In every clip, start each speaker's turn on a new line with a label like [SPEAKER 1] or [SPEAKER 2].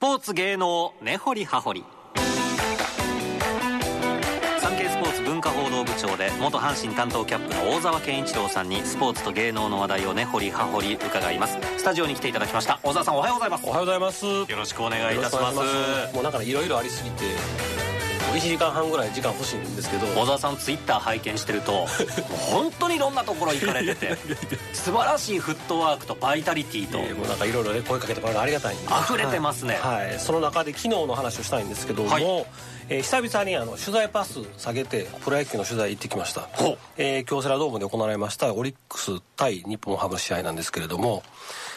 [SPEAKER 1] ポーツ芸能根掘り葉掘り産経スポーツ文化報道部長で元阪神担当キャップの大沢健一郎さんにスポーツと芸能の話題を根掘り葉掘り伺いますスタジオに来ていただきました大沢さんおはようございます
[SPEAKER 2] おはようございますよ
[SPEAKER 1] よろしくお願いいたします
[SPEAKER 2] もうなんかいろいろありすぎてもう1時間半ぐらい時間欲しいんですけど
[SPEAKER 1] 大沢さんツイッター拝見してるともう本当にいろんなところ行かれてて素晴らしいフットワークとバイタリティと
[SPEAKER 2] えーもうなんかいろいろね声かけてもらうのありがたいんで
[SPEAKER 1] 溢れてますね
[SPEAKER 2] はい、はいその中で昨日の話をしたいんですけども、
[SPEAKER 1] はい
[SPEAKER 2] えー久々にあの取材パス下げてプロ野球の取材行ってきました
[SPEAKER 1] ほう
[SPEAKER 2] えー京セラドームで行われましたオリックス対日本ハムの試合なんですけれども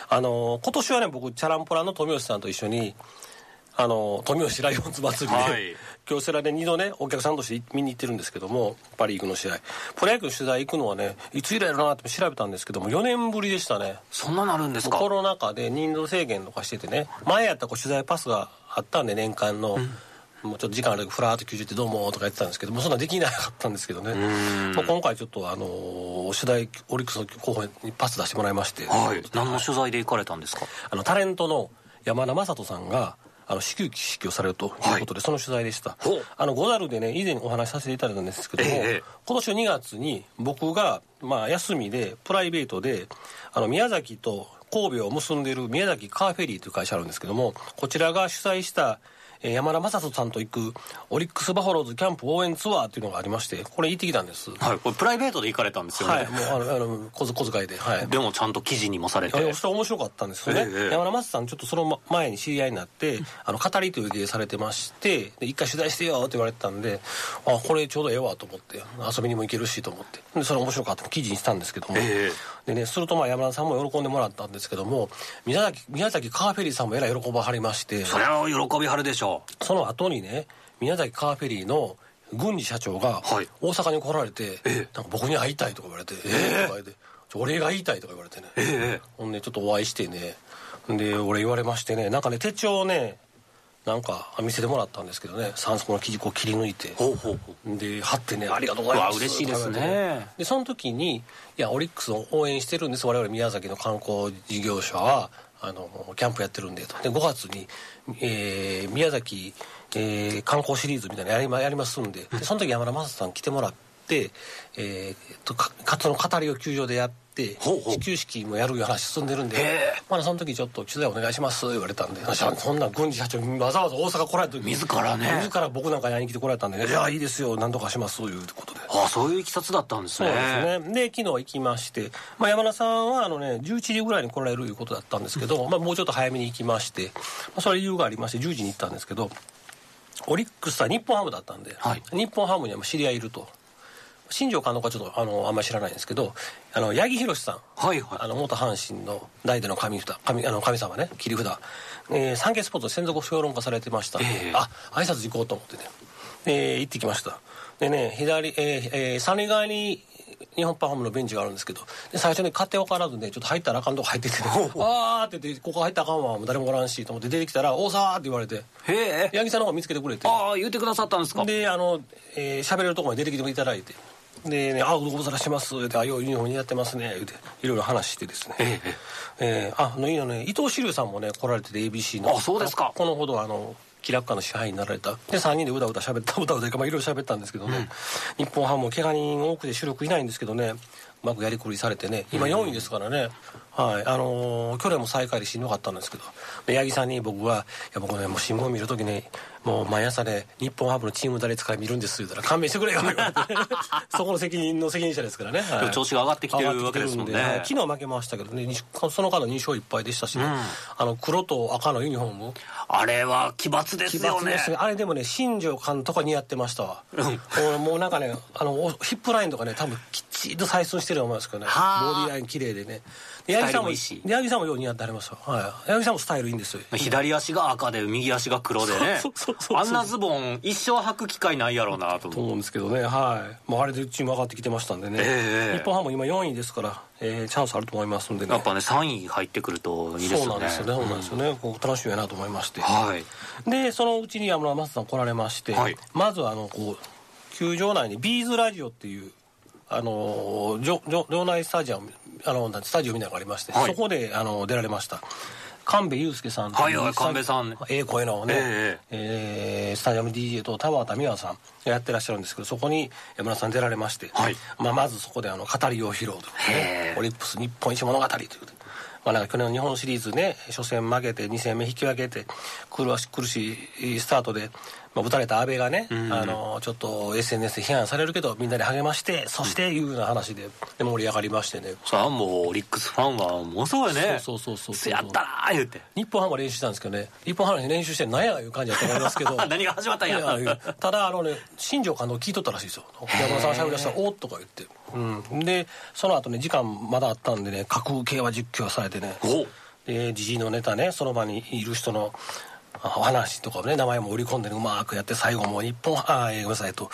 [SPEAKER 2] あのー今年はね僕チャランポランの富吉さんと一緒にあのー富吉ライオンズ祭りで、
[SPEAKER 1] はい
[SPEAKER 2] 京セラで2度ねお客さんとして見に行ってるんですけどもパ・リーグの試合プロ野球の取材行くのはねいつ以来だろうなって調べたんですけども4年ぶりでしたね
[SPEAKER 1] そんななるんですか
[SPEAKER 2] コロナ禍で人数制限とかしててね前やったらこう取材パスがあったんで年間の、もうちょっと時間あるふらーっと休日ってどうもとか言ってたんですけどもうそんなできなかったんですけどね、まあ、今回ちょっとあのー取材オリックスの候補にパス出してもらいまして、
[SPEAKER 1] はい何の取材で行かれたんですか
[SPEAKER 2] あのタレントの山田雅人さんがあの始球式をされるということで、その取材でした
[SPEAKER 1] ほう
[SPEAKER 2] あのゴダルでね以前お話しさせていただいたんですけども、
[SPEAKER 1] ええ
[SPEAKER 2] 今年2月に僕が、まあ、休みでプライベートであの宮崎と神戸を結んでいる宮崎カーフェリーという会社あるんですけどもこちらが主催したえー山田雅人さんと行くオリックス・バファローズキャンプ応援ツアーというのがありましてこれ行ってきたんですは
[SPEAKER 1] はいこれプライベートで行かれたんですよね、
[SPEAKER 2] いもうあのあの小小遣いではい
[SPEAKER 1] でもちゃんと記事にもされて
[SPEAKER 2] いやそれ面白かったんですよね、
[SPEAKER 1] ええ
[SPEAKER 2] 山田正さんちょっとそのま前に知り合いになって、あの語りという芸されてましてで一回取材してよって言われてたんであこれちょうどええわと思って遊びにも行けるしと思ってでそれ面白かった記事にしたんですけども、
[SPEAKER 1] ええ
[SPEAKER 2] でねするとまあ山田さんも喜んでもらったんですけども宮崎宮崎カーフェリーさんもえらい喜ばはりまして
[SPEAKER 1] それは喜びはるでしょう
[SPEAKER 2] その後にね宮崎カーフェリーの郡司社長が
[SPEAKER 1] はい
[SPEAKER 2] 大阪に来られて「なんか僕に会いたい」とか言われて「ええとか言って「俺が言いたい」とか言われてね、ほんでちょっとお会いしてねで俺言われましてねなんかね手帳をねなんか見せてもらったんですけどね三足の生地こう切り抜いて
[SPEAKER 1] ほうほうほう
[SPEAKER 2] で貼ってねありがとうございま
[SPEAKER 1] う
[SPEAKER 2] す
[SPEAKER 1] わ嬉しいですね
[SPEAKER 2] でその時にいやオリックスを応援してるんです我々宮崎の観光事業者はあのキャンプやってるんでとで5月に、えー宮崎、えー観光シリーズみたいなのやりまやりますんででその時山田雅人さん来てもらって、えー、とかかつの語りを球場でやって
[SPEAKER 1] ほうほう
[SPEAKER 2] 始球式もやるいう話進んでるんで
[SPEAKER 1] へえ
[SPEAKER 2] まだその時ちょっと取材お願いします言われたんでそんな軍事社長わざわざ大阪来られて
[SPEAKER 1] 自らね
[SPEAKER 2] 自ら僕なんかに会いに来てこられたんでね「いやいいですよ何とかします」ということで。
[SPEAKER 1] ああそういういきさつだったんです
[SPEAKER 2] そう
[SPEAKER 1] ね
[SPEAKER 2] ですね、で昨日行きまして、まあ、山田さんはあの、ね、11時ぐらいに来られるいうことだったんですけど、まあ、もうちょっと早めに行きまして、まあ、それは理由がありまして10時に行ったんですけどオリックスは日本ハムだったんで、
[SPEAKER 1] はい
[SPEAKER 2] 日本ハムにはもう知り合いいると新庄監督はちょっとあのあんまり知らないんですけどあの八木宏さん
[SPEAKER 1] はいはい
[SPEAKER 2] あの元阪神の代での神札神あの神様ね切り札、えー、産経スポーツの専属評論家されてましたんで、
[SPEAKER 1] ええ
[SPEAKER 2] あ挨拶行こうと思ってね、えー行ってきましたでね左、えーえー三塁側に日本パフォームのベンチがあるんですけどで最初に勝手分からずねちょっと入ったらあかんとこ入ってて、 あーって言ってここ入ったらあかんわもう誰もおらんしと思って出てきたら「大沢!」って言われて
[SPEAKER 1] へえ
[SPEAKER 2] 八木さんの方が見つけてくれて
[SPEAKER 1] ああ言ってくださったんですか
[SPEAKER 2] であのえー喋、れるところまで出てきていただいて「でね、あご無沙汰してます」って「あようユニフォーム似合ってますね」言うていろいろ話してですね
[SPEAKER 1] え
[SPEAKER 2] えーあのいいのね伊藤志龍さんもね来られてて ABC の
[SPEAKER 1] あそうですか
[SPEAKER 2] このほどあの気楽家の支配になられたで3人でうだうだしゃべったうだうだいかまあいろいろしゃべったんですけどね、日本ハムも怪我人多くて主力いないんですけどねうまくやりくりされてね今4位ですからね、はいあのー去年も最下位でしんどかったんですけどで八木さんに僕は「いや僕ねもう新聞見るときねもう毎朝ね日本ハムのチーム打率から見るんです」言うたら「勘弁してくれよ」言われ てそこの責任の責任者ですからね、はい
[SPEAKER 1] でも調子が上がってきてるわけですもんね
[SPEAKER 2] 上がってきてるんではい昨日負けましたけどねにその間の2勝1敗でしたしね、あの黒と赤のユニフォーム
[SPEAKER 1] あれは奇抜ですよね
[SPEAKER 2] あれでもね新庄監督は似合ってましたわ、俺もうなんかねあのおヒップラインとかね多分きっちりと採寸してると思いますけどねボデ
[SPEAKER 1] はあ
[SPEAKER 2] ィライン綺麗でねで八木さんも
[SPEAKER 1] スタイルもいいし
[SPEAKER 2] 八木さんもよう似合ってありますよ、はい、八木さんもスタイルいいんですよ
[SPEAKER 1] 左足が赤で右足が黒でね
[SPEAKER 2] そうそうそうそう
[SPEAKER 1] あんなズボン一生履く機会ないやろうなと
[SPEAKER 2] と思うんですけどね、はい、もうあれでチーム上がってきてましたんでね、
[SPEAKER 1] ええ
[SPEAKER 2] 日本ハム今4位ですから、えーチャンスあると思いますんでね
[SPEAKER 1] やっぱね3位入ってくるといいです
[SPEAKER 2] そ
[SPEAKER 1] よ
[SPEAKER 2] うなん
[SPEAKER 1] ね
[SPEAKER 2] ですよね、そうなんですよね、こう楽しみやなと思いまして、
[SPEAKER 1] はい
[SPEAKER 2] でそのうちに山田正さん来られまして、
[SPEAKER 1] はい
[SPEAKER 2] まずあのこう球場内にビーズラジオっていうあのー場場場内スタジアムあのなんてスタジオみたいなのがありまして、
[SPEAKER 1] はい
[SPEAKER 2] そこであの出られました神戸祐介さん
[SPEAKER 1] はいはい神戸さん
[SPEAKER 2] ええ声のね、
[SPEAKER 1] え
[SPEAKER 2] えースタジアム DJ と田畑美和さんがやってらっしゃるんですけどそこに山田さん出られまして、
[SPEAKER 1] はい
[SPEAKER 2] まあ、まずそこであの語りを披露という
[SPEAKER 1] へ
[SPEAKER 2] ね
[SPEAKER 1] え
[SPEAKER 2] オリックス日本一物語ということでまあ、なんか去年の日本シリーズね初戦負けて2戦目引き分けて苦し苦しいスタートで、まあ、打たれた阿部がね、あのちょっと SNS で批判されるけどみんなで励ましてそしていうような話でで盛り上がりましてね
[SPEAKER 1] それはもうオリックスファンはものすごいね
[SPEAKER 2] そうそうそうそう
[SPEAKER 1] やったー言って
[SPEAKER 2] 日本ハムは練習したんですけどね日本ハムは練習してなんやいう感じだと思いますけど
[SPEAKER 1] 何が始まったん
[SPEAKER 2] いやい
[SPEAKER 1] や
[SPEAKER 2] やただあのね新庄監督聞いとったらしいですよ山田さんがしゃべりだしたら「おっ」とか言って、うん、でその後ね時間まだあったんでね架空系は実況されてね
[SPEAKER 1] お
[SPEAKER 2] でじじいのネタねその場にいる人のあお話とかをね名前も織り込んでねうまくやって最後もう日本あえーごめんなさいえっと、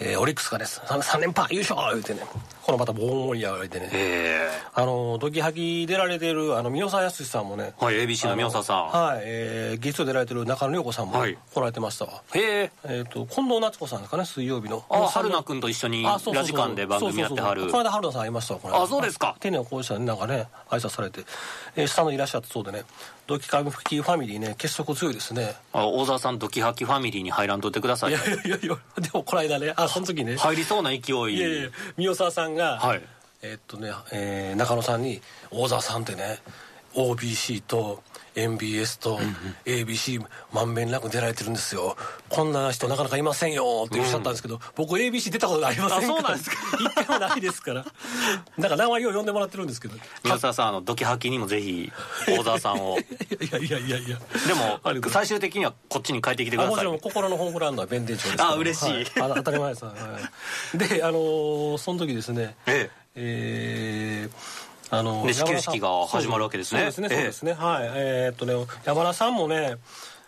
[SPEAKER 2] えーオリックスがです3連覇優勝言うてねこのまた棒盛り上がりでね
[SPEAKER 1] ええ
[SPEAKER 2] あのドキハキ出られてるあの宮沢康さんもね
[SPEAKER 1] はい ABC の宮沢さん
[SPEAKER 2] はい、えー、ゲストで出られてる中野涼子さんも
[SPEAKER 1] はい
[SPEAKER 2] 来られてましたわ、
[SPEAKER 1] へえ
[SPEAKER 2] えー、と近藤夏子さんですかね水曜日の
[SPEAKER 1] あ
[SPEAKER 2] の
[SPEAKER 1] 春菜君と一緒に
[SPEAKER 2] あそうそうそう
[SPEAKER 1] ラジカンで番組やってはる
[SPEAKER 2] そうそうそうこの間春菜さん会いましたわこれ
[SPEAKER 1] あそうですか
[SPEAKER 2] 丁寧な講師さんになんかね挨拶されて、えー、スタンドにいらっしゃったそうでねドキカミフキファミリーね結束強いですね
[SPEAKER 1] あ大沢さんドキハキファミリーに入らんとってください
[SPEAKER 2] いやいやいや でもこの間ねあその時ね、
[SPEAKER 1] 入りそうな勢い
[SPEAKER 2] いやいや宮沢さんが、
[SPEAKER 1] はい
[SPEAKER 2] えっとね、えー中野さんに大沢さんってね OBC と MBS と ABC 満遍なく出られてるんですよこんな人なかなかいませんよっておっしゃったんですけど、僕 ABC 出たことありませんから
[SPEAKER 1] あそうなんですか
[SPEAKER 2] 一回もないですからだから名前を呼んでもらってる んですけどい
[SPEAKER 1] 宮沢さんあのドキハキにもぜひ大沢さん を
[SPEAKER 2] やいやいやいやいや
[SPEAKER 1] で
[SPEAKER 2] ありがと
[SPEAKER 1] も
[SPEAKER 2] うござ
[SPEAKER 1] 最
[SPEAKER 2] い
[SPEAKER 1] 終的にはこっちに帰ってきてく
[SPEAKER 2] ます
[SPEAKER 1] ださい
[SPEAKER 2] あもちろん心のホームランドは弁天町ですから
[SPEAKER 1] あ嬉しい
[SPEAKER 2] はあ当たり前で す、はい、であのーその時ですね
[SPEAKER 1] ええ
[SPEAKER 2] えーあの
[SPEAKER 1] で
[SPEAKER 2] 山田さん
[SPEAKER 1] 始球式が始まるわけですね
[SPEAKER 2] そうですねそうですね、はいえーっとね山田さんもね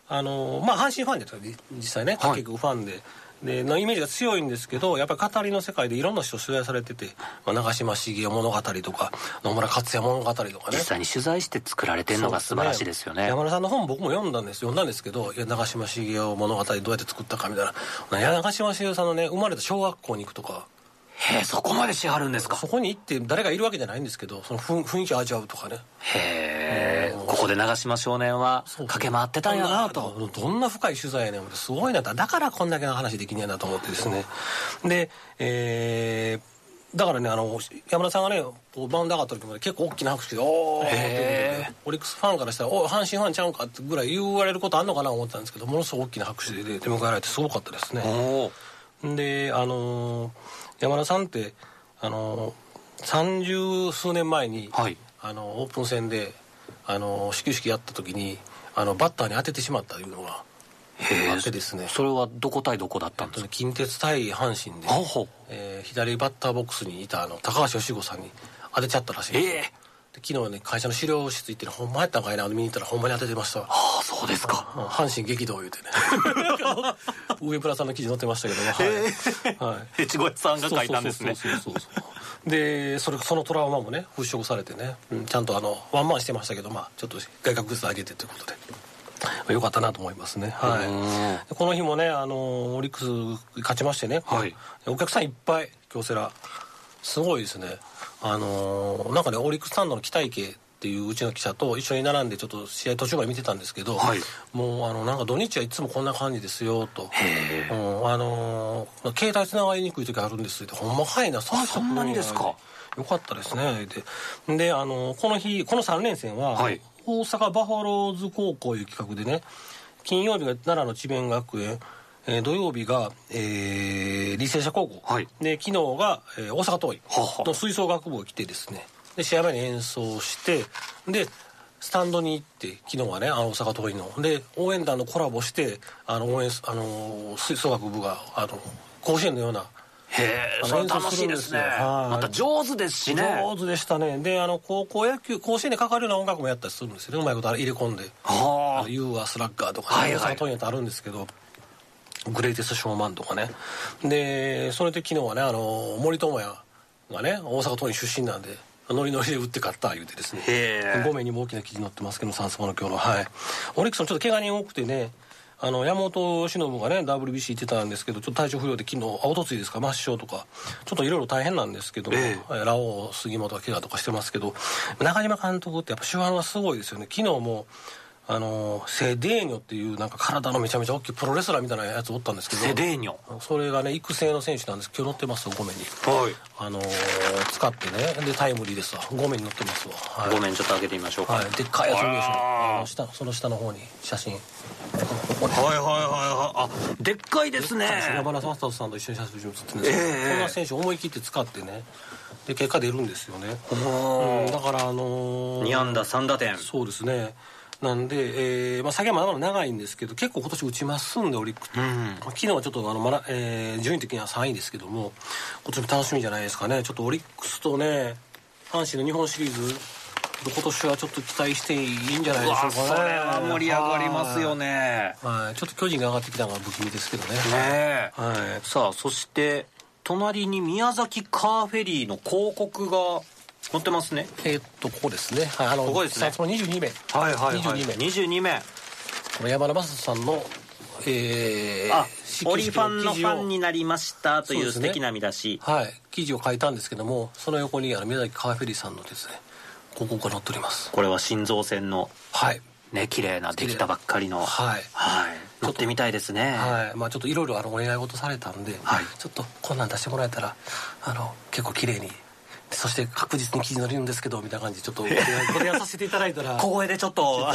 [SPEAKER 2] あのまあ阪神ファンでしたね実際ね
[SPEAKER 1] はい
[SPEAKER 2] 結局ファンで。でのイメージが強いんですけどやっぱり語りの世界でいろんな人取材されてて、まあ、長嶋茂雄物語とか野村克也物語とかね
[SPEAKER 1] 実際に取材して作られてるのが素晴らしいですよね
[SPEAKER 2] 山田さんの本僕も読んだんです読んだんですけどいや長嶋茂雄物語どうやって作ったかみたいないや長嶋茂雄さんのね生まれた小学校に行くとか
[SPEAKER 1] へえそこまでしはるんですか
[SPEAKER 2] そこに行って誰がいるわけじゃないんですけどその雰雰囲気を味わうとかね
[SPEAKER 1] へえここで長嶋少年は駆け回ってたんやなと
[SPEAKER 2] どんな深い取材やねん思ってすごいなとだからこんだけの話できんねやなと思ってですねでえーだからねあの山田さんがねこうバウンド上がった時もね結構大きな拍手で「おーって
[SPEAKER 1] へー
[SPEAKER 2] オリックスファンからしたら「おい阪神ファンちゃうんか」ってぐらい言われることあんのかなと思ったんですけどものすごく大きな拍手で出迎えられてすごかったですね。
[SPEAKER 1] おお
[SPEAKER 2] であのー山田さんってあのー三十数年前に、
[SPEAKER 1] はい
[SPEAKER 2] あのーオープン戦であのー始球式やった時にあのバッターに当ててしまったというのがあってですね
[SPEAKER 1] それはどこ対どこだったん
[SPEAKER 2] あ
[SPEAKER 1] で
[SPEAKER 2] と
[SPEAKER 1] す
[SPEAKER 2] ね
[SPEAKER 1] か
[SPEAKER 2] 近鉄対阪神で
[SPEAKER 1] ほうほう、
[SPEAKER 2] えー左バッターボックスにいたあの高橋由吾さんに当てちゃったらしいんですよ
[SPEAKER 1] ええ
[SPEAKER 2] で昨日ね会社の資料室行ってねほんまやったんかいな見に行ったらほんまに当ててました
[SPEAKER 1] ああそうですか
[SPEAKER 2] うん阪神激動言うて ね上村さんの記事載ってましたけども、はいはい、
[SPEAKER 1] 越後屋さんが書いたんですね
[SPEAKER 2] そうそうそうそうそうでそれそのトラウマもね払拭されてね、うんちゃんとあのワンマンしてましたけどまあちょっと外角靴上げてということで。まあよかったなと思いますね、
[SPEAKER 1] うん
[SPEAKER 2] はい、でこの日もねあのオリックス勝ちましてね、
[SPEAKER 1] はい
[SPEAKER 2] お客さんいっぱい京セラすごいですねあのーなんかねオリックススタンドの期待系っていううちの記者と一緒に並んでちょっと試合途中まで見てたんですけど、
[SPEAKER 1] はい
[SPEAKER 2] もうあのなんか土日はいつもこんな感じですよと、うんあのー携帯つながりにくい時あるんですってほんまかいなそ
[SPEAKER 1] あそんなにですか
[SPEAKER 2] よかったですねでであのこの日この3連戦は、
[SPEAKER 1] はい
[SPEAKER 2] 大阪バファローズ高校いう企画でね金曜日が奈良の智弁学園、えー土曜日が、えー、履正社高校、
[SPEAKER 1] はい
[SPEAKER 2] で昨日が、えー大阪桐
[SPEAKER 1] はは
[SPEAKER 2] 蔭の吹奏楽部を来てですねで試合前に演奏してでスタンドに行って昨日はねあの大阪桐蔭ので応援団のコラボしてあの応援すあの吹奏楽部があの甲子園のような
[SPEAKER 1] へえそれ楽しいですね
[SPEAKER 2] あの演奏するんですよはい
[SPEAKER 1] また上手ですしね
[SPEAKER 2] 上手でしたねであの高校野球甲子園でかかるような音楽もやったりするんですよねうまいこと入れ込んで
[SPEAKER 1] は
[SPEAKER 2] 「ユーアスラッガー」とか、
[SPEAKER 1] はい
[SPEAKER 2] ね
[SPEAKER 1] はい
[SPEAKER 2] 大阪桐蔭ってあるんですけど「グレイテストショーマン」とかねでそれで昨日はねあの森友哉がね大阪桐蔭出身なんでノリノリで打って勝った言うてですね
[SPEAKER 1] へえ
[SPEAKER 2] 5名にも大きな記事載ってますけど三スポの今日のはいオリックスもちょっと怪我人多くてねあの山本由伸がね WBC 行ってたんですけどちょっと体調不良で昨日あおとついですか抹消とかちょっといろいろ大変なんですけど、
[SPEAKER 1] え
[SPEAKER 2] ラオウ杉本は怪我とかしてますけど中島監督ってやっぱ手腕はすごいですよね昨日もあのセデーニョっていうなんか体のめちゃめちゃ大きいプロレスラーみたいなやつおったんですけど
[SPEAKER 1] セデーニョ
[SPEAKER 2] それがね育成の選手なんです今日乗ってますごめんに
[SPEAKER 1] はい
[SPEAKER 2] あのー使ってねでタイムリーですわごめんに乗ってますわ、はい、
[SPEAKER 1] ごめんちょっと開けてみましょうか、
[SPEAKER 2] はい、でっかいやつ見るでしょ
[SPEAKER 1] あー
[SPEAKER 2] あの下その下の方に写真
[SPEAKER 1] はいはいはいはいあでっかいですね
[SPEAKER 2] 山原正人さんと一緒に写真を写ってるんですけど、
[SPEAKER 1] ええ
[SPEAKER 2] こんな選手思い切って使ってねで結果出るんですよね、
[SPEAKER 1] お
[SPEAKER 2] うん
[SPEAKER 1] ー
[SPEAKER 2] だからあのー
[SPEAKER 1] 2安打3打点
[SPEAKER 2] そうですねなんで、えーまあ、先はまだまだ長いんですけど結構今年打ちますんでオリックス、
[SPEAKER 1] うん
[SPEAKER 2] 昨日はちょっとあの、まだえー順位的には3位ですけども今年も楽しみじゃないですかねちょっとオリックスとね阪神の日本シリーズ今年はちょっと期待していいんじゃないうでしょ
[SPEAKER 1] わ
[SPEAKER 2] うかね
[SPEAKER 1] それは盛り上がりますよね
[SPEAKER 2] はい、はいちょっと巨人が上がってきたのが不気味ですけどね
[SPEAKER 1] ねえ
[SPEAKER 2] はい
[SPEAKER 1] さあそして隣に宮崎カーフェリーの広告が載ってますね
[SPEAKER 2] えーっとここですねはいあの
[SPEAKER 1] ここですね
[SPEAKER 2] その22名
[SPEAKER 1] はいはいはい
[SPEAKER 2] 22名
[SPEAKER 1] 22名
[SPEAKER 2] この山田雅人さんのえー
[SPEAKER 1] あ
[SPEAKER 2] し
[SPEAKER 1] オリファンのフ
[SPEAKER 2] 記事を
[SPEAKER 1] ァンになりましたとい
[SPEAKER 2] そう
[SPEAKER 1] う
[SPEAKER 2] です
[SPEAKER 1] 素
[SPEAKER 2] ね
[SPEAKER 1] 敵な見出し、
[SPEAKER 2] はい、記事を書いたんですけどもその横にあの宮崎カーフェリーさんのですね広告が載っております
[SPEAKER 1] これは心臓線の
[SPEAKER 2] はい
[SPEAKER 1] ね綺麗なできたばっかりの
[SPEAKER 2] はい
[SPEAKER 1] はい乗ってみたいですね
[SPEAKER 2] はいまあちょっといろいろあのお願い事されたんで、
[SPEAKER 1] はい
[SPEAKER 2] ちょっとこんなん出してもらえたらあの結構綺麗にそして確実に記事に載るんですけどみたいな感じでちょっとご提案ご提案させていただいたら
[SPEAKER 1] 小声でちょっと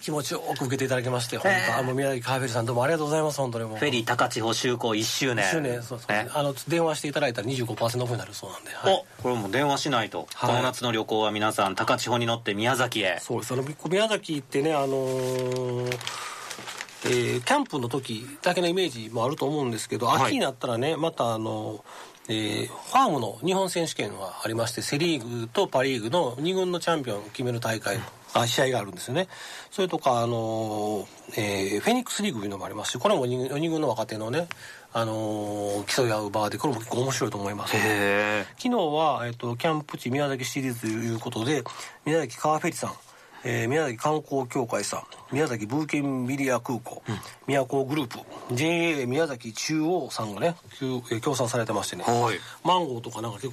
[SPEAKER 2] 気持ちよく受けていただきまして 本
[SPEAKER 1] えー
[SPEAKER 2] 当あの宮崎カーフェリーさんどうもありがとうございます本当にもう
[SPEAKER 1] フェリー高千穂就航1周年
[SPEAKER 2] 一周年そうそう、
[SPEAKER 1] ね
[SPEAKER 2] あの電話していただいたら25%オフになるそうなんで、はい
[SPEAKER 1] おこれもう電話しないと、
[SPEAKER 2] はい
[SPEAKER 1] この夏の旅行は皆さん高千穂に乗って宮崎へ
[SPEAKER 2] そうですあの宮崎ってねあのーえーキャンプの時だけのイメージもあると思うんですけど、
[SPEAKER 1] はい
[SPEAKER 2] 秋になったらねまたあの、えーファームの日本選手権はありましてセ・リーグとパ・リーグの2軍のチャンピオンを決める大会、あ試合があるんですよねそれとか、あのーえーフェニックスリーグいうのもありますしこれも 2, 軍の若手のね、あのー競い合う場でこれも結構面白いと思います
[SPEAKER 1] へえ
[SPEAKER 2] 昨日は、えっとキャンプ地宮崎シリーズということで宮崎カーフェリーさん、えー宮崎観光協会さん宮崎ブーケンビリア空港、宮古グループ JA 宮崎中央さんがねきゅうえー協賛されてましてね
[SPEAKER 1] はい
[SPEAKER 2] マンゴーとかなんか結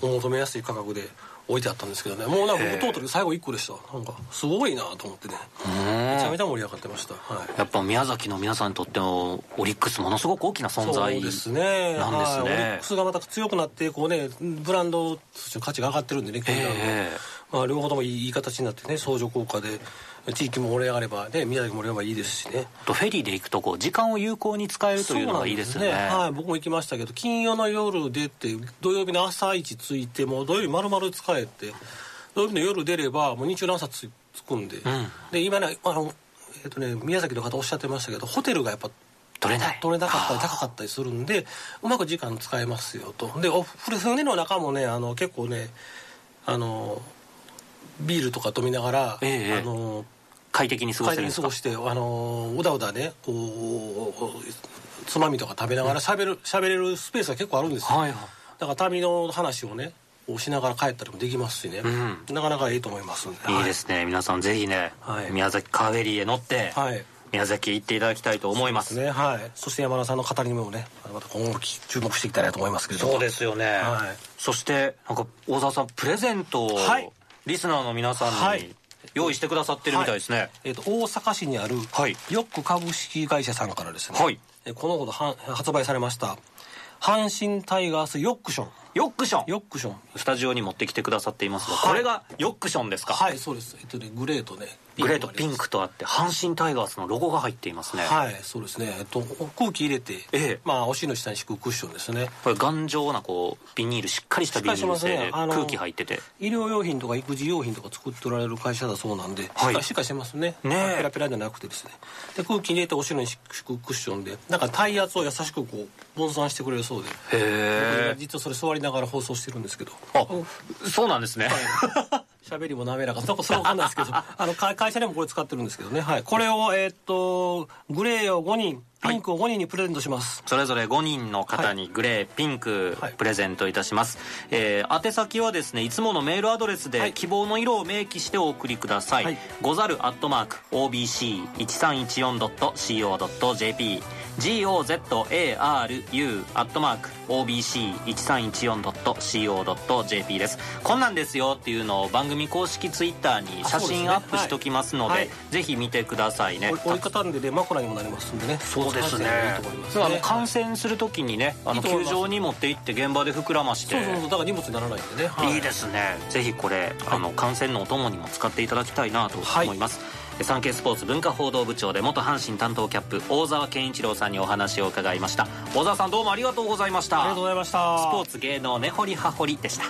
[SPEAKER 2] 構お求めやすい価格で置いてあったんですけどねもうなんか
[SPEAKER 1] へー
[SPEAKER 2] トータル最後1個でしたなんかすごいなと思ってねめちゃめちゃ盛り上がってましたはい
[SPEAKER 1] やっぱ宮崎の皆さんにとってのオリックスものすごく大きな存在
[SPEAKER 2] そうですね
[SPEAKER 1] なんですね
[SPEAKER 2] はい、オリックスがまた強くなってこうねブランド価値が上がってるんでね球団の
[SPEAKER 1] ええ
[SPEAKER 2] まあ、両方ともいいいい形になってね相乗効果で地域も盛り上がればね宮崎も盛り上がればいいですしね
[SPEAKER 1] とフェリーで行くとこう時間を有効に使えるというのがいいですよね
[SPEAKER 2] そうなんはい、僕も行きましたけど金曜の夜出て土曜日の朝一着いてもう土曜日丸々使えて土曜日の夜出ればもう日中の朝つ着くんで、
[SPEAKER 1] ん
[SPEAKER 2] で今ねあの、えっとね宮崎の方おっしゃってましたけどホテルがやっぱ
[SPEAKER 1] 取れない
[SPEAKER 2] 取れなかったり高かったりするんでうまく時間使えますよとでお船の中もねあの結構ねあのビールとか飲みながら、
[SPEAKER 1] ええ
[SPEAKER 2] あの
[SPEAKER 1] 快適に過ご
[SPEAKER 2] 快
[SPEAKER 1] せる
[SPEAKER 2] 適
[SPEAKER 1] んですか
[SPEAKER 2] に過ごしてあのうだうだねこうつまみとか食べながら喋る喋れるスペースが結構あるんですよ、
[SPEAKER 1] はいはい
[SPEAKER 2] だから旅の話をねこうしながら帰ったりもできますしね、
[SPEAKER 1] ん
[SPEAKER 2] なかなかいいと思いますんで
[SPEAKER 1] いいですね皆さんぜひね、
[SPEAKER 2] はい
[SPEAKER 1] 宮崎カーフェリーへ乗って、
[SPEAKER 2] はい、はい
[SPEAKER 1] 宮崎へ行っていただきたいと思います
[SPEAKER 2] ねはい、そして山田さんの語りにもねまた今後注目していきたいなと思いますけれども
[SPEAKER 1] そうですよね、
[SPEAKER 2] はい
[SPEAKER 1] そしてなんか大沢さんプレゼントを、
[SPEAKER 2] はい
[SPEAKER 1] リスナーの皆さんに、
[SPEAKER 2] はい
[SPEAKER 1] 用意してくださってるみたいですね、
[SPEAKER 2] えー、と大阪市にある
[SPEAKER 1] はい
[SPEAKER 2] ヨック株式会社さんからですね、
[SPEAKER 1] はい
[SPEAKER 2] えーこのほどは発売されました阪神タイガースヨックション
[SPEAKER 1] ヨックション
[SPEAKER 2] ヨックション
[SPEAKER 1] スタジオに持ってきてくださっていますが、
[SPEAKER 2] はい
[SPEAKER 1] これがヨックションですか、
[SPEAKER 2] はいそうですえっ、とねグレーとね
[SPEAKER 1] グレートピン
[SPEAKER 2] も
[SPEAKER 1] クとあって阪神タイガースのロゴが入っていますね、
[SPEAKER 2] ありますはいそうですねえっ、と空気入れて、
[SPEAKER 1] ええ
[SPEAKER 2] まあお尻の下に敷くクッションですね
[SPEAKER 1] これ頑丈なこうビニールしっかりしたビニール製
[SPEAKER 2] しっかり
[SPEAKER 1] で
[SPEAKER 2] してますねあの
[SPEAKER 1] 空気入ってて
[SPEAKER 2] 医療用品とか育児用品とか作っておられる会社だそうなんで、
[SPEAKER 1] はい
[SPEAKER 2] しっかりしてますね
[SPEAKER 1] ねえ
[SPEAKER 2] ペラペラじゃなくてですねで空気入れてお尻に敷くクッションでなんか体圧を優しくこう分散してくれるそうで
[SPEAKER 1] へ
[SPEAKER 2] 実はそれ座りながら放送してるんですけど
[SPEAKER 1] あそうなんですね
[SPEAKER 2] 喋りも滑らかそこそうわかんないですけど あの会会社でもこれ使ってるんですけどね、はい、これを、えーっとグレーを5人ピンクを5人にプレゼントします、
[SPEAKER 1] それぞれ5人の方にグレー、ピンク
[SPEAKER 2] はい
[SPEAKER 1] プレゼントいたします、えー宛先はですねいつものメールアドレス
[SPEAKER 2] は
[SPEAKER 1] で
[SPEAKER 2] い
[SPEAKER 1] 希望の色を明記してお送りください、
[SPEAKER 2] はい
[SPEAKER 1] ござるアットマーク OBC1314.co.jp gozar アットマーク OBC1314.co.jp ですこんなんですよっていうのを番組公式ツイッターに写
[SPEAKER 2] あそうです
[SPEAKER 1] 真
[SPEAKER 2] ね
[SPEAKER 1] アップしときますので
[SPEAKER 2] はいはい
[SPEAKER 1] ぜひ見てくださいね
[SPEAKER 2] 折り畳んでね枕にもなりますんでね
[SPEAKER 1] そうですね
[SPEAKER 2] 使っていいと思いますね
[SPEAKER 1] あの感染するときにねあの
[SPEAKER 2] いいと思い
[SPEAKER 1] 球
[SPEAKER 2] ます
[SPEAKER 1] 場に持って行って現場で膨らまして
[SPEAKER 2] そうそうそうだから荷物にならないんでね、はい
[SPEAKER 1] いですねぜひこれあの観戦のお供にも使っていただきたいなと思います、え産経スポーツ文化報道部長で元阪神担当キャップ大沢健一郎さんにお話を伺いました大沢さんどうもありがとうございました
[SPEAKER 2] ありがとうございました
[SPEAKER 1] スポーツ芸能根掘り葉掘りでした